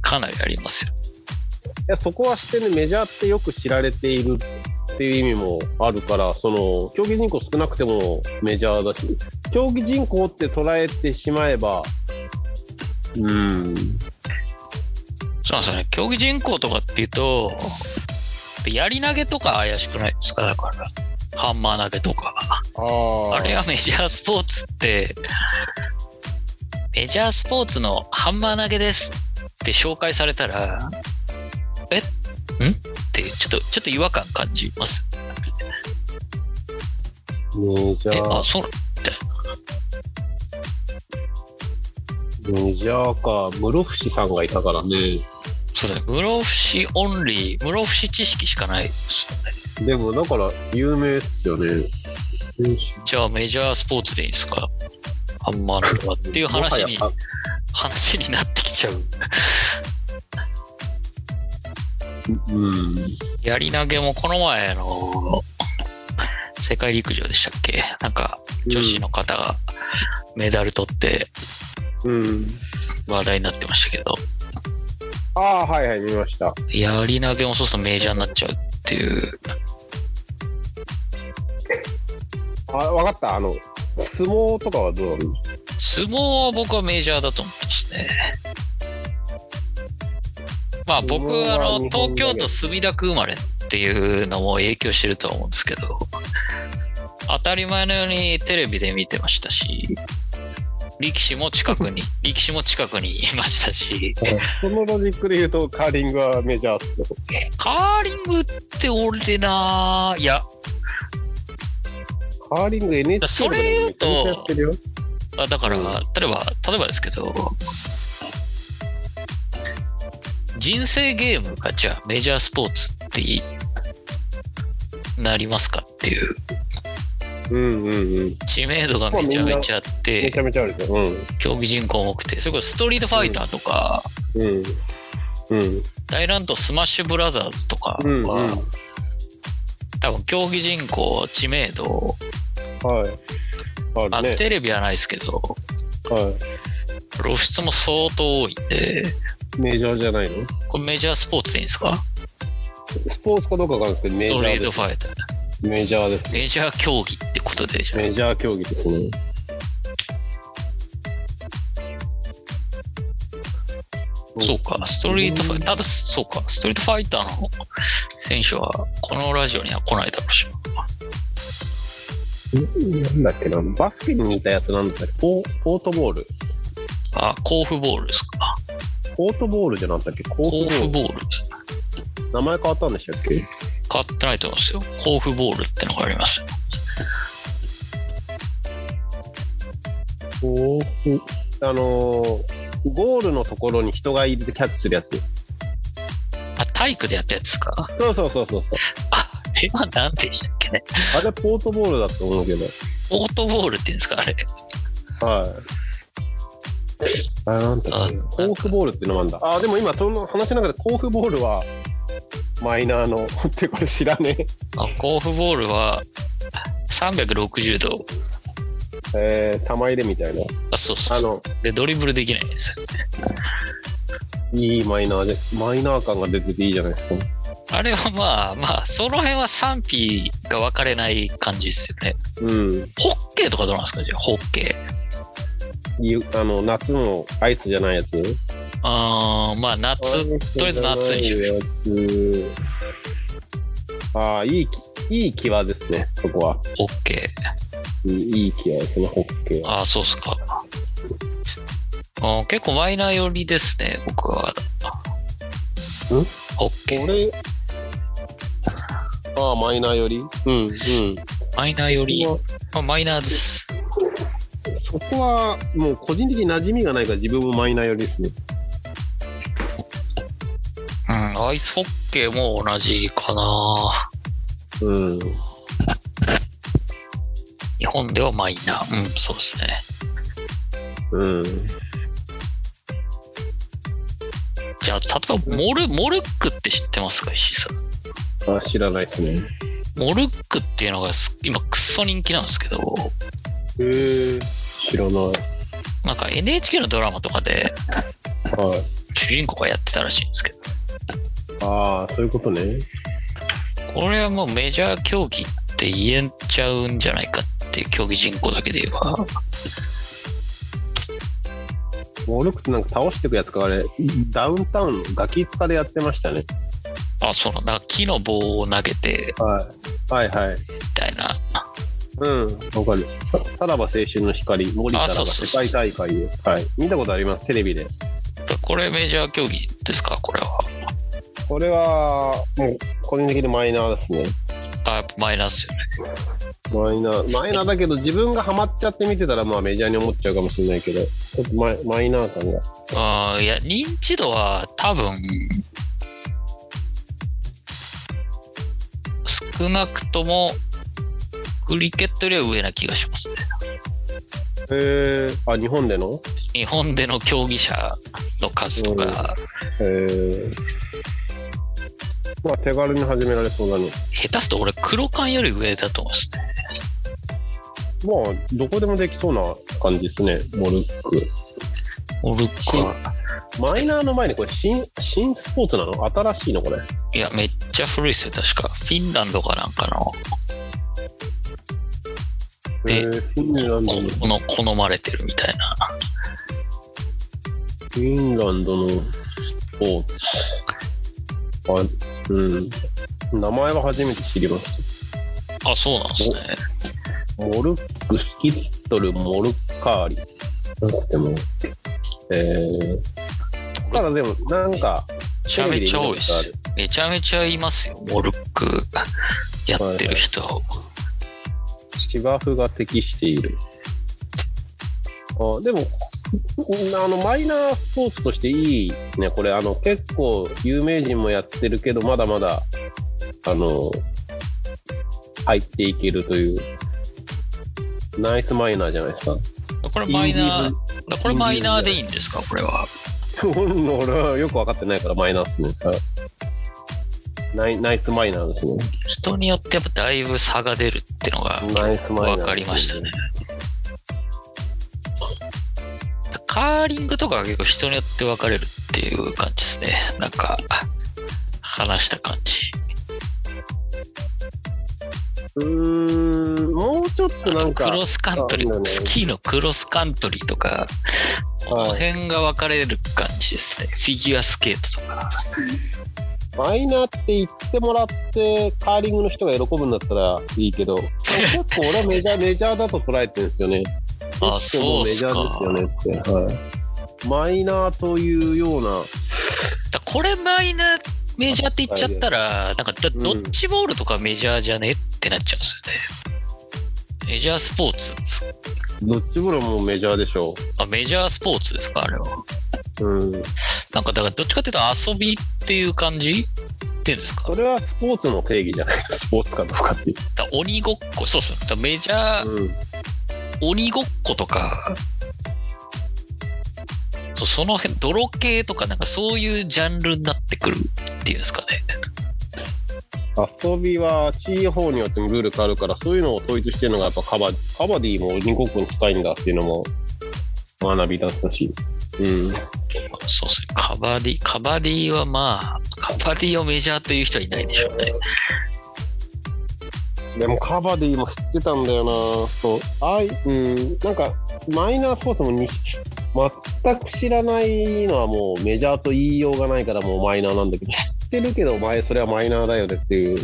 [SPEAKER 1] かなりありますよ。
[SPEAKER 2] いやそこはしてねメジャーってよく知られているっていう意味もあるからその競技人口少なくてもメジャーだし競技人口って捉えてしまえばうん
[SPEAKER 1] そうなんですよね。競技人口とかっていうと、やり投げとか怪しくないですかだから。ハンマー投げとか。
[SPEAKER 2] あ
[SPEAKER 1] あれはメジャースポーツって、メジャースポーツのハンマー投げですって紹介されたら、えんってちょっと、ちょっと違和感感じます。
[SPEAKER 2] メジャ
[SPEAKER 1] え、あ、
[SPEAKER 2] ー
[SPEAKER 1] そう、
[SPEAKER 2] メジャーか室伏さんがいたからね
[SPEAKER 1] そうだね。室伏オンリー、室伏知識しかないですよね。
[SPEAKER 2] でもだから有名っすよね
[SPEAKER 1] じゃあメジャースポーツでいいですかハンマー投げはっていう話に
[SPEAKER 2] も、はや
[SPEAKER 1] 話になってきちゃう。
[SPEAKER 2] あうん
[SPEAKER 1] やり投げもこの前の世界陸上でしたっけなんか女子の方がメダル取って
[SPEAKER 2] うん
[SPEAKER 1] 話題になってましたけど、
[SPEAKER 2] ああ、はいはい、見ました。
[SPEAKER 1] やり投げもそうするとメジャーになっちゃうっていう。
[SPEAKER 2] あ、わかった。あの、相撲とかはどうなの
[SPEAKER 1] 相撲は僕はメジャーだと思いますね。まあ僕
[SPEAKER 2] 相撲は
[SPEAKER 1] あ
[SPEAKER 2] 日本
[SPEAKER 1] の
[SPEAKER 2] だ
[SPEAKER 1] 東
[SPEAKER 2] け
[SPEAKER 1] 京都墨田区生まれっていうのも影響してるとは思うんですけど当たり前のようにテレビで見てましたし力士も近く に力士も近くにいましたし
[SPEAKER 2] そのロジックで言うと、カーリングはメジャーっすよ
[SPEAKER 1] カーリングって俺ないや
[SPEAKER 2] カーリング NHK
[SPEAKER 1] それ言うと
[SPEAKER 2] でもめちゃめちゃやってるよ
[SPEAKER 1] あだから、
[SPEAKER 2] うん
[SPEAKER 1] 例えば、例えばですけど、人生ゲームがじゃあメジャースポーツっていなりますかっていう
[SPEAKER 2] うんうんうん。
[SPEAKER 1] 知名度がめちゃめちゃあっ
[SPEAKER 2] め
[SPEAKER 1] て
[SPEAKER 2] ちゃめちゃあるでしょ。うん。
[SPEAKER 1] 競技人口も多くてそれこそストリートファイターとか、
[SPEAKER 2] うん。うん。
[SPEAKER 1] 大乱闘スマッシュブラザーズとかは、
[SPEAKER 2] うんうん
[SPEAKER 1] 多分競技人口知名度、
[SPEAKER 2] はい。あ
[SPEAKER 1] あ
[SPEAKER 2] るね。
[SPEAKER 1] テレビはないですけど
[SPEAKER 2] は
[SPEAKER 1] 露出も相当多いんで
[SPEAKER 2] い。メジャーじゃないの
[SPEAKER 1] これメジャースポーツでいいんですか
[SPEAKER 2] スポーツかどうかわかんないですけど、メ
[SPEAKER 1] ス
[SPEAKER 2] ジャ
[SPEAKER 1] ト
[SPEAKER 2] ー
[SPEAKER 1] リー
[SPEAKER 2] で
[SPEAKER 1] ト
[SPEAKER 2] す
[SPEAKER 1] ファイター
[SPEAKER 2] メジャーです。
[SPEAKER 1] メジャー競技ってことでじゃあ
[SPEAKER 2] メジャー競技ですね。
[SPEAKER 1] そうか、ストリートファイター、ただ、そうか、ストリートファイターの選手は、このラジオには来ないだろうし。
[SPEAKER 2] なんだっけな、バスケに似たやつなんだったっけポーポートボール。
[SPEAKER 1] あ、甲府ボールですか。
[SPEAKER 2] ポートボールじゃなかったっけコー
[SPEAKER 1] 甲
[SPEAKER 2] フ
[SPEAKER 1] 府
[SPEAKER 2] ボ
[SPEAKER 1] ボ
[SPEAKER 2] ー
[SPEAKER 1] ール。
[SPEAKER 2] ル。名前変わったんでしたっけ
[SPEAKER 1] 変わってないと思うんですよ。甲府ボールってのがありますよ。
[SPEAKER 2] コーフ。あのーゴールのところに人がいてキャッチするやつ。
[SPEAKER 1] あ、体育でやったやつですか。
[SPEAKER 2] そうそうそうそうそう。
[SPEAKER 1] あ、え、は何でしたっけね。
[SPEAKER 2] あれポートボールだと思うけど。
[SPEAKER 1] オートボールっていうんですか、あれ。
[SPEAKER 2] はい。あ、なんだっけ
[SPEAKER 1] あ
[SPEAKER 2] コーフボールっていうのもあるんだ。あ、でも今、その話の中でコーフボールはマイナーの。ってこれ知らねえ。
[SPEAKER 1] あ、甲府ボールは、360度。
[SPEAKER 2] えー、玉入れみたいな。
[SPEAKER 1] あ、そうそう
[SPEAKER 2] あ
[SPEAKER 1] そう
[SPEAKER 2] の、
[SPEAKER 1] で、ドリブルできないんですよ。
[SPEAKER 2] いいマイナーで、マイナー感が出てていいじゃないですか。
[SPEAKER 1] あれはまあまあ、その辺は賛否が分かれない感じですよね。
[SPEAKER 2] うん。
[SPEAKER 1] ホッケーとかどうなんですかじゃあ、ホッケー。
[SPEAKER 2] ゆあの夏のアイスじゃないやつ
[SPEAKER 1] あーまあ夏とりあえず夏にし
[SPEAKER 2] よああいいいい際ですねそこは
[SPEAKER 1] ホッケ
[SPEAKER 2] いいいい際ですねホッケー
[SPEAKER 1] ー
[SPEAKER 2] は
[SPEAKER 1] ああそうっすかあー結構マイナー寄りですね僕はホッケ
[SPEAKER 2] こ
[SPEAKER 1] ー
[SPEAKER 2] れああマイナーよりうんうん
[SPEAKER 1] マイナー寄り、
[SPEAKER 2] こ
[SPEAKER 1] まあ、マイナーです
[SPEAKER 2] こはそこはもう個人的に馴染みがないから自分もマイナーよりですね
[SPEAKER 1] うんアイスホッケーも同じかな
[SPEAKER 2] うん
[SPEAKER 1] 日本ではマイナーうんそうですね
[SPEAKER 2] うん
[SPEAKER 1] じゃあ例えばモルモルックって知ってますか石井さん
[SPEAKER 2] あ知らないですね
[SPEAKER 1] モルックっていうのがす今クソ人気なんですけど
[SPEAKER 2] へえ知らないは
[SPEAKER 1] なんか NHK のドラマとかで
[SPEAKER 2] い
[SPEAKER 1] 主人公がやってたらしいんですけど
[SPEAKER 2] ああそういうことね
[SPEAKER 1] これはもうメジャー競技って言えちゃうんじゃないかっていう競技人口だけで言えば
[SPEAKER 2] モルクってなんか倒していくやつかあれダウンタウンのガキ使でやってましたね
[SPEAKER 1] あそうなんだ木の棒を投げて
[SPEAKER 2] はい、はいはい
[SPEAKER 1] みたいな
[SPEAKER 2] うんわかるささらば青春の光森さら
[SPEAKER 1] そ
[SPEAKER 2] ば
[SPEAKER 1] うそう
[SPEAKER 2] 世
[SPEAKER 1] そう
[SPEAKER 2] 界大会をはい見たことありますテレビで
[SPEAKER 1] これメジャー競技ですかこれは
[SPEAKER 2] これはもう個人的にマイナーですね
[SPEAKER 1] あやっぱマイナスよね
[SPEAKER 2] マイナーマイナーだけど自分がハマっちゃって見てたらまあメジャーに思っちゃうかもしれないけどちょっとマイマイナー感が
[SPEAKER 1] あーいや認知度は多分少なくともクリケットよりは上な気がしますね
[SPEAKER 2] へえあ日本での
[SPEAKER 1] 日本での競技者の数とか
[SPEAKER 2] へえまあ手軽に始められそうだね
[SPEAKER 1] 下手すと俺黒缶より上だと思うんですね
[SPEAKER 2] まあどこでもできそうな感じですねモルック
[SPEAKER 1] モルック。
[SPEAKER 2] マイナーの前にこれ新、新スポーツなの新しいのこれ。
[SPEAKER 1] いや、めっちゃ古いっすよ、確か。フィンランドかなんかの、で
[SPEAKER 2] えーフィンランドの、フ
[SPEAKER 1] この、好まれてるみたいな。
[SPEAKER 2] ィンランドのスポーツ。あ、うん。名前は初めて知りました。
[SPEAKER 1] あ、そうなんですね。
[SPEAKER 2] モルック、スキットル、モルッカーリ。なくても。えー、ただでも、なんか、
[SPEAKER 1] めちゃめちゃ多いっすよ。めちゃめちゃいますよ、モルックやってる人。
[SPEAKER 2] 芝生が適している。あでも、あのマイナースポーツとしていいですね、これ、あの結構有名人もやってるけど、まだまだあの入っていけるという、ナイスマイナーじゃないですか。
[SPEAKER 1] これマイナー
[SPEAKER 2] イン、
[SPEAKER 1] これマイナーでいいんですか、これは。
[SPEAKER 2] 俺はよく分かってないから、マイナーですね。はいナイナイスマイナーですね。
[SPEAKER 1] 人によってやっぱだいぶ差が出るってのが
[SPEAKER 2] ナイスマイナー。
[SPEAKER 1] 分かりましたね。カーリングとかは結構人によって分かれるっていう感じですね。なんか、話した感じ。
[SPEAKER 2] うーん、もうちょっとなんか。
[SPEAKER 1] クロスカントリ
[SPEAKER 2] あい
[SPEAKER 1] ー、
[SPEAKER 2] いね
[SPEAKER 1] スキーのクロスカントリーとか、この辺が分かれる感じですね。フィギュアスケートとか。
[SPEAKER 2] マイナーって言ってもらって、カーリングの人が喜ぶんだったらいいけど、結構俺はメジャー、 メジャーだと捉えてるんですよね。
[SPEAKER 1] あそうっ
[SPEAKER 2] メジ
[SPEAKER 1] す
[SPEAKER 2] ャ
[SPEAKER 1] か
[SPEAKER 2] ーですよねって。はい、マイナーというような、
[SPEAKER 1] だからこれマイナー、メジャーって言っちゃったら、なんかだ
[SPEAKER 2] ん
[SPEAKER 1] ドッジボールとかメジャーじゃねってなっちゃうんですよね。メジャースポーツです
[SPEAKER 2] どっちももうメジャーでしょ
[SPEAKER 1] あメジャースポーツですか、あれは。
[SPEAKER 2] う。うん。
[SPEAKER 1] なんか、だから、どっちかっていうと遊びっていう感じっていうんですか
[SPEAKER 2] そ。れはスポーツの定義じゃないスポーツかどうかっていう。
[SPEAKER 1] だから鬼ごっこ、そうっすね。だからメジャー、
[SPEAKER 2] うん。
[SPEAKER 1] 鬼ごっことか、そうその辺、泥系とか、なんかそういうジャンルになってくるっていうんですかね。
[SPEAKER 2] 遊びは地方によってもルール変わるから、そういうのを統一してるのがやっぱカバカバディも鬼ごっこに近いんだっていうのも学びだったし。うん。
[SPEAKER 1] そうですね。カバディ、カバディはまあ、カバディをメジャーという人はいないでしょうね。
[SPEAKER 2] でもカバディも知ってたんだよなそうあいうんなんかマイナースポーツもに全く知らないのはもうメジャーと言いようがないからもうマイナーなんだけど知ってるけどお前それはマイナーだよねっていう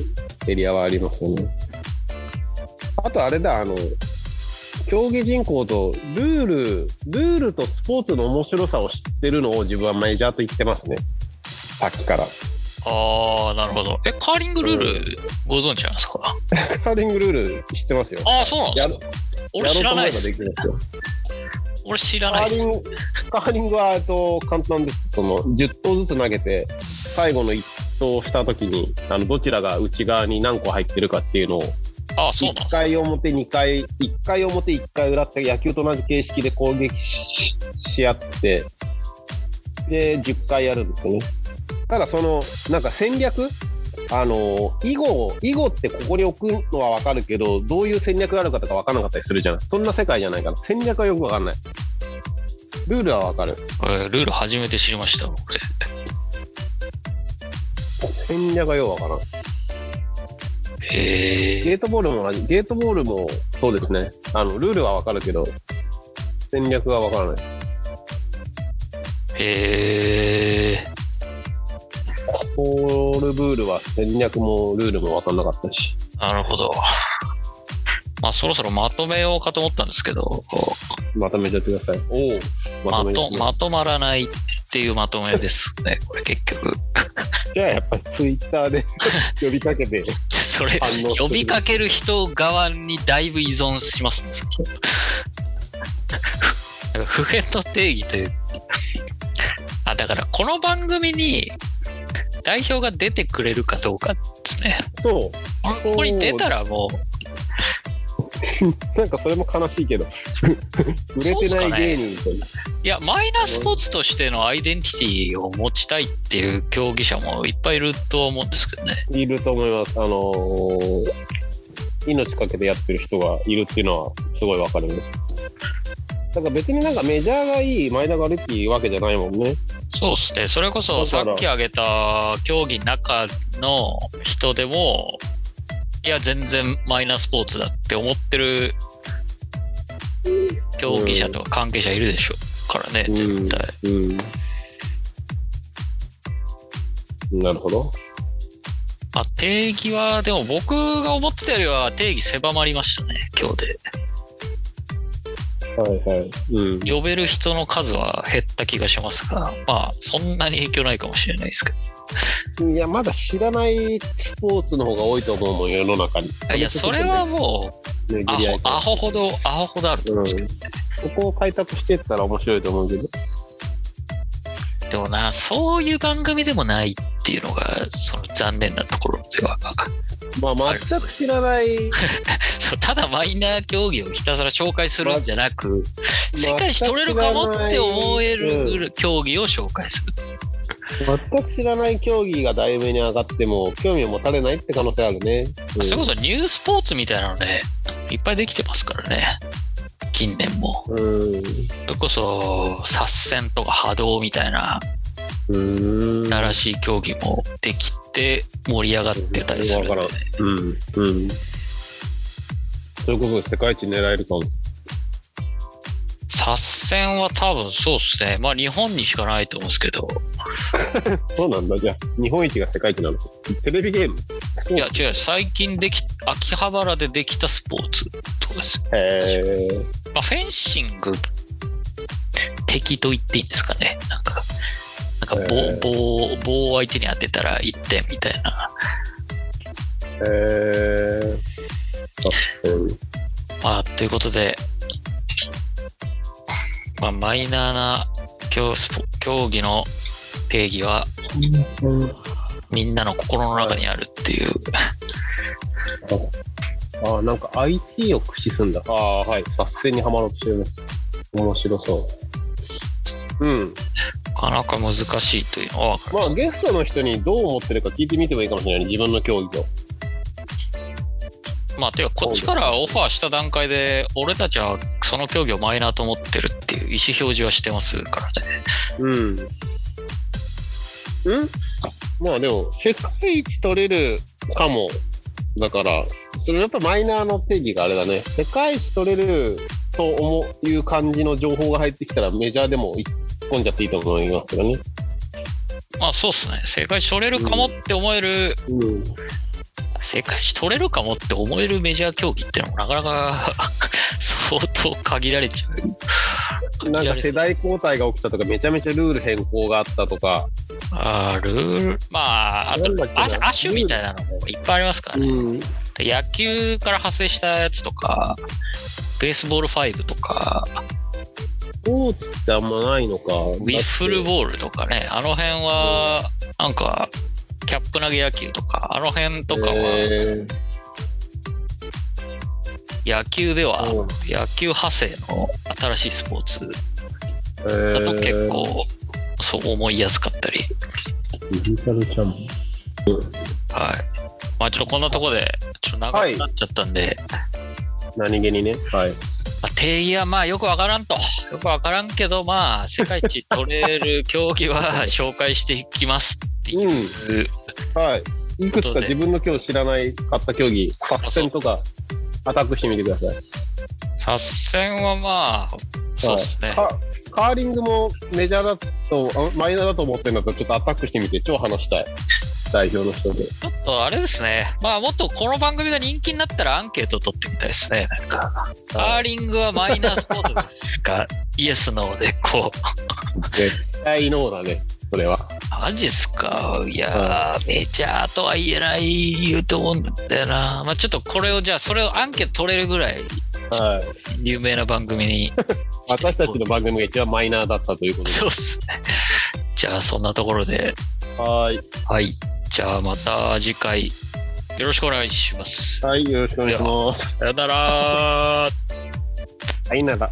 [SPEAKER 2] エリアはありますよねあとあれだあの競技人口とルールルールとスポーツの面白さを知ってるのを自分はメジャーと言ってますねさっきから
[SPEAKER 1] ああ、なるほど。え、カーリングルールご存知なんですか
[SPEAKER 2] カーリングルール知ってますよ
[SPEAKER 1] ああ、そうなんです
[SPEAKER 2] や
[SPEAKER 1] か。俺知らないです。
[SPEAKER 2] やろうと思えばできるんですよ
[SPEAKER 1] 俺知ら
[SPEAKER 2] カ
[SPEAKER 1] ない
[SPEAKER 2] ー
[SPEAKER 1] で
[SPEAKER 2] リ
[SPEAKER 1] す。
[SPEAKER 2] ング カーリングはえっと簡単ですその10投ずつ投げて最後の1投した時にあのどちらが内側に何個入ってるかっていうのを
[SPEAKER 1] ああ、そうなん
[SPEAKER 2] 1
[SPEAKER 1] ですか。
[SPEAKER 2] 回表2回1回表1回裏って野球と同じ形式で攻撃しし合ってで10回やるんですよねただそのなんか戦略あの囲碁を囲碁ってここに置くのは分かるけどどういう戦略があるかとか分からなかったりするじゃないそんな世界じゃないから戦略はよく分かんないルールは分かる
[SPEAKER 1] えールール初めて知りました、俺。
[SPEAKER 2] 戦略がよう分からん
[SPEAKER 1] へえ。
[SPEAKER 2] ゲートボールも同じゲートボールもそうですねあのルールは分かるけど戦略が分からない
[SPEAKER 1] へえ。
[SPEAKER 2] ホールブールは戦略もルールも分かんなかったし。
[SPEAKER 1] なるほど。まあ、そろそろまとめようかと思ったんですけど、
[SPEAKER 2] まとめちゃってください。お
[SPEAKER 1] ま
[SPEAKER 2] お。ちゃっ
[SPEAKER 1] と
[SPEAKER 2] て
[SPEAKER 1] まとまらないっていうまとめですね、これ結局。
[SPEAKER 2] じゃあやっぱりツイッターで呼びかけて。
[SPEAKER 1] それ
[SPEAKER 2] 反応する、
[SPEAKER 1] 呼びかける人側にだいぶ依存しますね。なんか普遍の定義というあ、だからこの番組に代表が出てくれるかどうかですね。
[SPEAKER 2] そ
[SPEAKER 1] ここに出たらもう、
[SPEAKER 2] う。なんかそれも悲し いけど。売れてない芸人という。
[SPEAKER 1] いや、マイナースポーツとしてのアイデンティティを持ちたいっていう競技者もいっぱいいると思うんですけどね。
[SPEAKER 2] いると思います。あのー命かけてやってる人がいるっていうのはすごいわかるね。だから別になんかメジャーがいい、前田が悪いっていうわけじゃないもんね。
[SPEAKER 1] そうですね、それこそさ
[SPEAKER 2] だから
[SPEAKER 1] っき挙げた競技の中の人でも、いや、全然マイナースポーツだって思ってる競技者とか関係者いるでしょうからね、
[SPEAKER 2] う
[SPEAKER 1] 絶
[SPEAKER 2] ん
[SPEAKER 1] 対。
[SPEAKER 2] うん。なるほど。
[SPEAKER 1] まあ、定義は、でも僕が思ってたよりは定義狭まりましたね、今日で。
[SPEAKER 2] はいはい。うん。
[SPEAKER 1] 呼べる人の数は減った気がしますが、まあ、そんなに影響ないかもしれないですけど。
[SPEAKER 2] いや、まだ知らないスポーツの方が多いと思うもん、世の中に。
[SPEAKER 1] いや、それはもう、
[SPEAKER 2] 巡
[SPEAKER 1] ア
[SPEAKER 2] り合
[SPEAKER 1] ホ
[SPEAKER 2] いから
[SPEAKER 1] アホほど、アホほどあると思うんですけど。
[SPEAKER 2] うん、ここを開拓していったら面白いと思うけど。
[SPEAKER 1] でもな、そういう番組でもないっていうのが、その残念なところでは。
[SPEAKER 2] まあ、全く知らない。
[SPEAKER 1] そうただマイナー競技をひたすら紹介するんじゃなく、 世界史取れるかもって思える競技を紹介する。
[SPEAKER 2] 全く知らない競技が題名に上がっても、興味を持たれないって可能性あるね。うん
[SPEAKER 1] それこそニュースポーツみたいなのね、いっぱいできてますからね。近年も。
[SPEAKER 2] うん。
[SPEAKER 1] それこそ、殺戦とか波動みたいな
[SPEAKER 2] うん。
[SPEAKER 1] 新しい競技もできて盛り上がってたりするんで、
[SPEAKER 2] わからんうん。うん。それこそ世界一狙えるかも。
[SPEAKER 1] 殺戦は多分そうですね。まあ日本にしかないと思うんですけど、
[SPEAKER 2] そうなんだ。じゃあ、日本一が世界一なの。テレビゲーム
[SPEAKER 1] いや違う最近でき秋葉原でできたスポーツとかです、
[SPEAKER 2] へえ。
[SPEAKER 1] まあ、フェンシング敵と言っていいんですかねなんかなんか棒,、
[SPEAKER 2] えー
[SPEAKER 1] 棒棒を相手に当てたら1点みたいな、
[SPEAKER 2] へえ。あうん
[SPEAKER 1] まあ、ということで、まあ、マイナーな競スポ競技の定義はみんなの心の中にあるっていう、
[SPEAKER 2] ああ、なんか IT を駆使すんだ。ああ、はい。殺戦にはまろうとしてるね。面白そう。うん。
[SPEAKER 1] なかなか難しいというのは分かりま
[SPEAKER 2] まあ、
[SPEAKER 1] す
[SPEAKER 2] ゲストの人にどう思ってるか聞いてみてもいいかもしれないね。自分の競技を。
[SPEAKER 1] まあ、てか、こっちからオファーした段階で、俺たちはその競技をマイナーと思ってるっていう意思表示はしてますからね。
[SPEAKER 2] うん。んまあでも、世界一取れるかも。だから、それやっぱマイナーの定義があれだね。世界一取れると思ういう感じの情報が入ってきたらメジャーでも突っ込んじゃっていいと思いますよね。
[SPEAKER 1] まあ、そうっすね。世界一取れるかもって思える、
[SPEAKER 2] うん。
[SPEAKER 1] 世界一取れるかもって思えるメジャー競技ってのもなかなか相当限られちゃう。
[SPEAKER 2] なん
[SPEAKER 1] 限ら
[SPEAKER 2] か
[SPEAKER 1] れ
[SPEAKER 2] 世代交代が起きたとか、めちゃめちゃルール変更があったとか、
[SPEAKER 1] あールール、まあ、あと
[SPEAKER 2] なんだっけ、な
[SPEAKER 1] アシュアシュみたいなのもいっぱいありますからね。
[SPEAKER 2] ん、
[SPEAKER 1] 野球から派生したやつとか、ベースボール5とか、
[SPEAKER 2] スポーツってあんまないのか。
[SPEAKER 1] ウィッフルボールとかね、あの辺は、なんか、キャップ投げ野球とか、あの辺とかは、
[SPEAKER 2] えー
[SPEAKER 1] 野球では、
[SPEAKER 2] うん
[SPEAKER 1] 野球派生の新しいスポーツ
[SPEAKER 2] え
[SPEAKER 1] だ
[SPEAKER 2] ー
[SPEAKER 1] と結構、そう思いやすかったり、
[SPEAKER 2] デジタルチャン
[SPEAKER 1] はい。まあちょっとこんなとこで、ちょっと長くなっちゃったんで、
[SPEAKER 2] 何気にね。はい。
[SPEAKER 1] まあ定義はまあよくわからんと、よくわからんけど、まあ世界一取れる競技は紹介していきますっていう。
[SPEAKER 2] はい。いくつか自分の今日知らないかった競技、作戦とか、アタックしてみてください。
[SPEAKER 1] 作戦はまあ、そうですね。
[SPEAKER 2] はいカカーリングもメジャーだと、あマイナーだと思ってるんだったら、ちょっとアタックしてみて、超話したい。代表の人で。
[SPEAKER 1] ちょっとあれですね、まあもっとこの番組が人気になったらアンケート取ってみたいですね。なんか、カーリングはマイナースポーツですかイエス、ノーでこう。
[SPEAKER 2] 絶対ノーだね、それは。
[SPEAKER 1] マジっすかいやー、メジャーとは言えない言うと思うんだよな。まあちょっとこれをじゃあ、それをアンケート取れるぐらい
[SPEAKER 2] はい。
[SPEAKER 1] 有名な番組に。
[SPEAKER 2] 私たちの番組が一番マイナーだったということ
[SPEAKER 1] そうっすね。じゃあそんなところで、
[SPEAKER 2] で。はーい。
[SPEAKER 1] はい。じゃあまた次回、よろしくお願いします。
[SPEAKER 2] はい、よろしくお願いします。
[SPEAKER 1] さよなら。
[SPEAKER 2] はい、なら。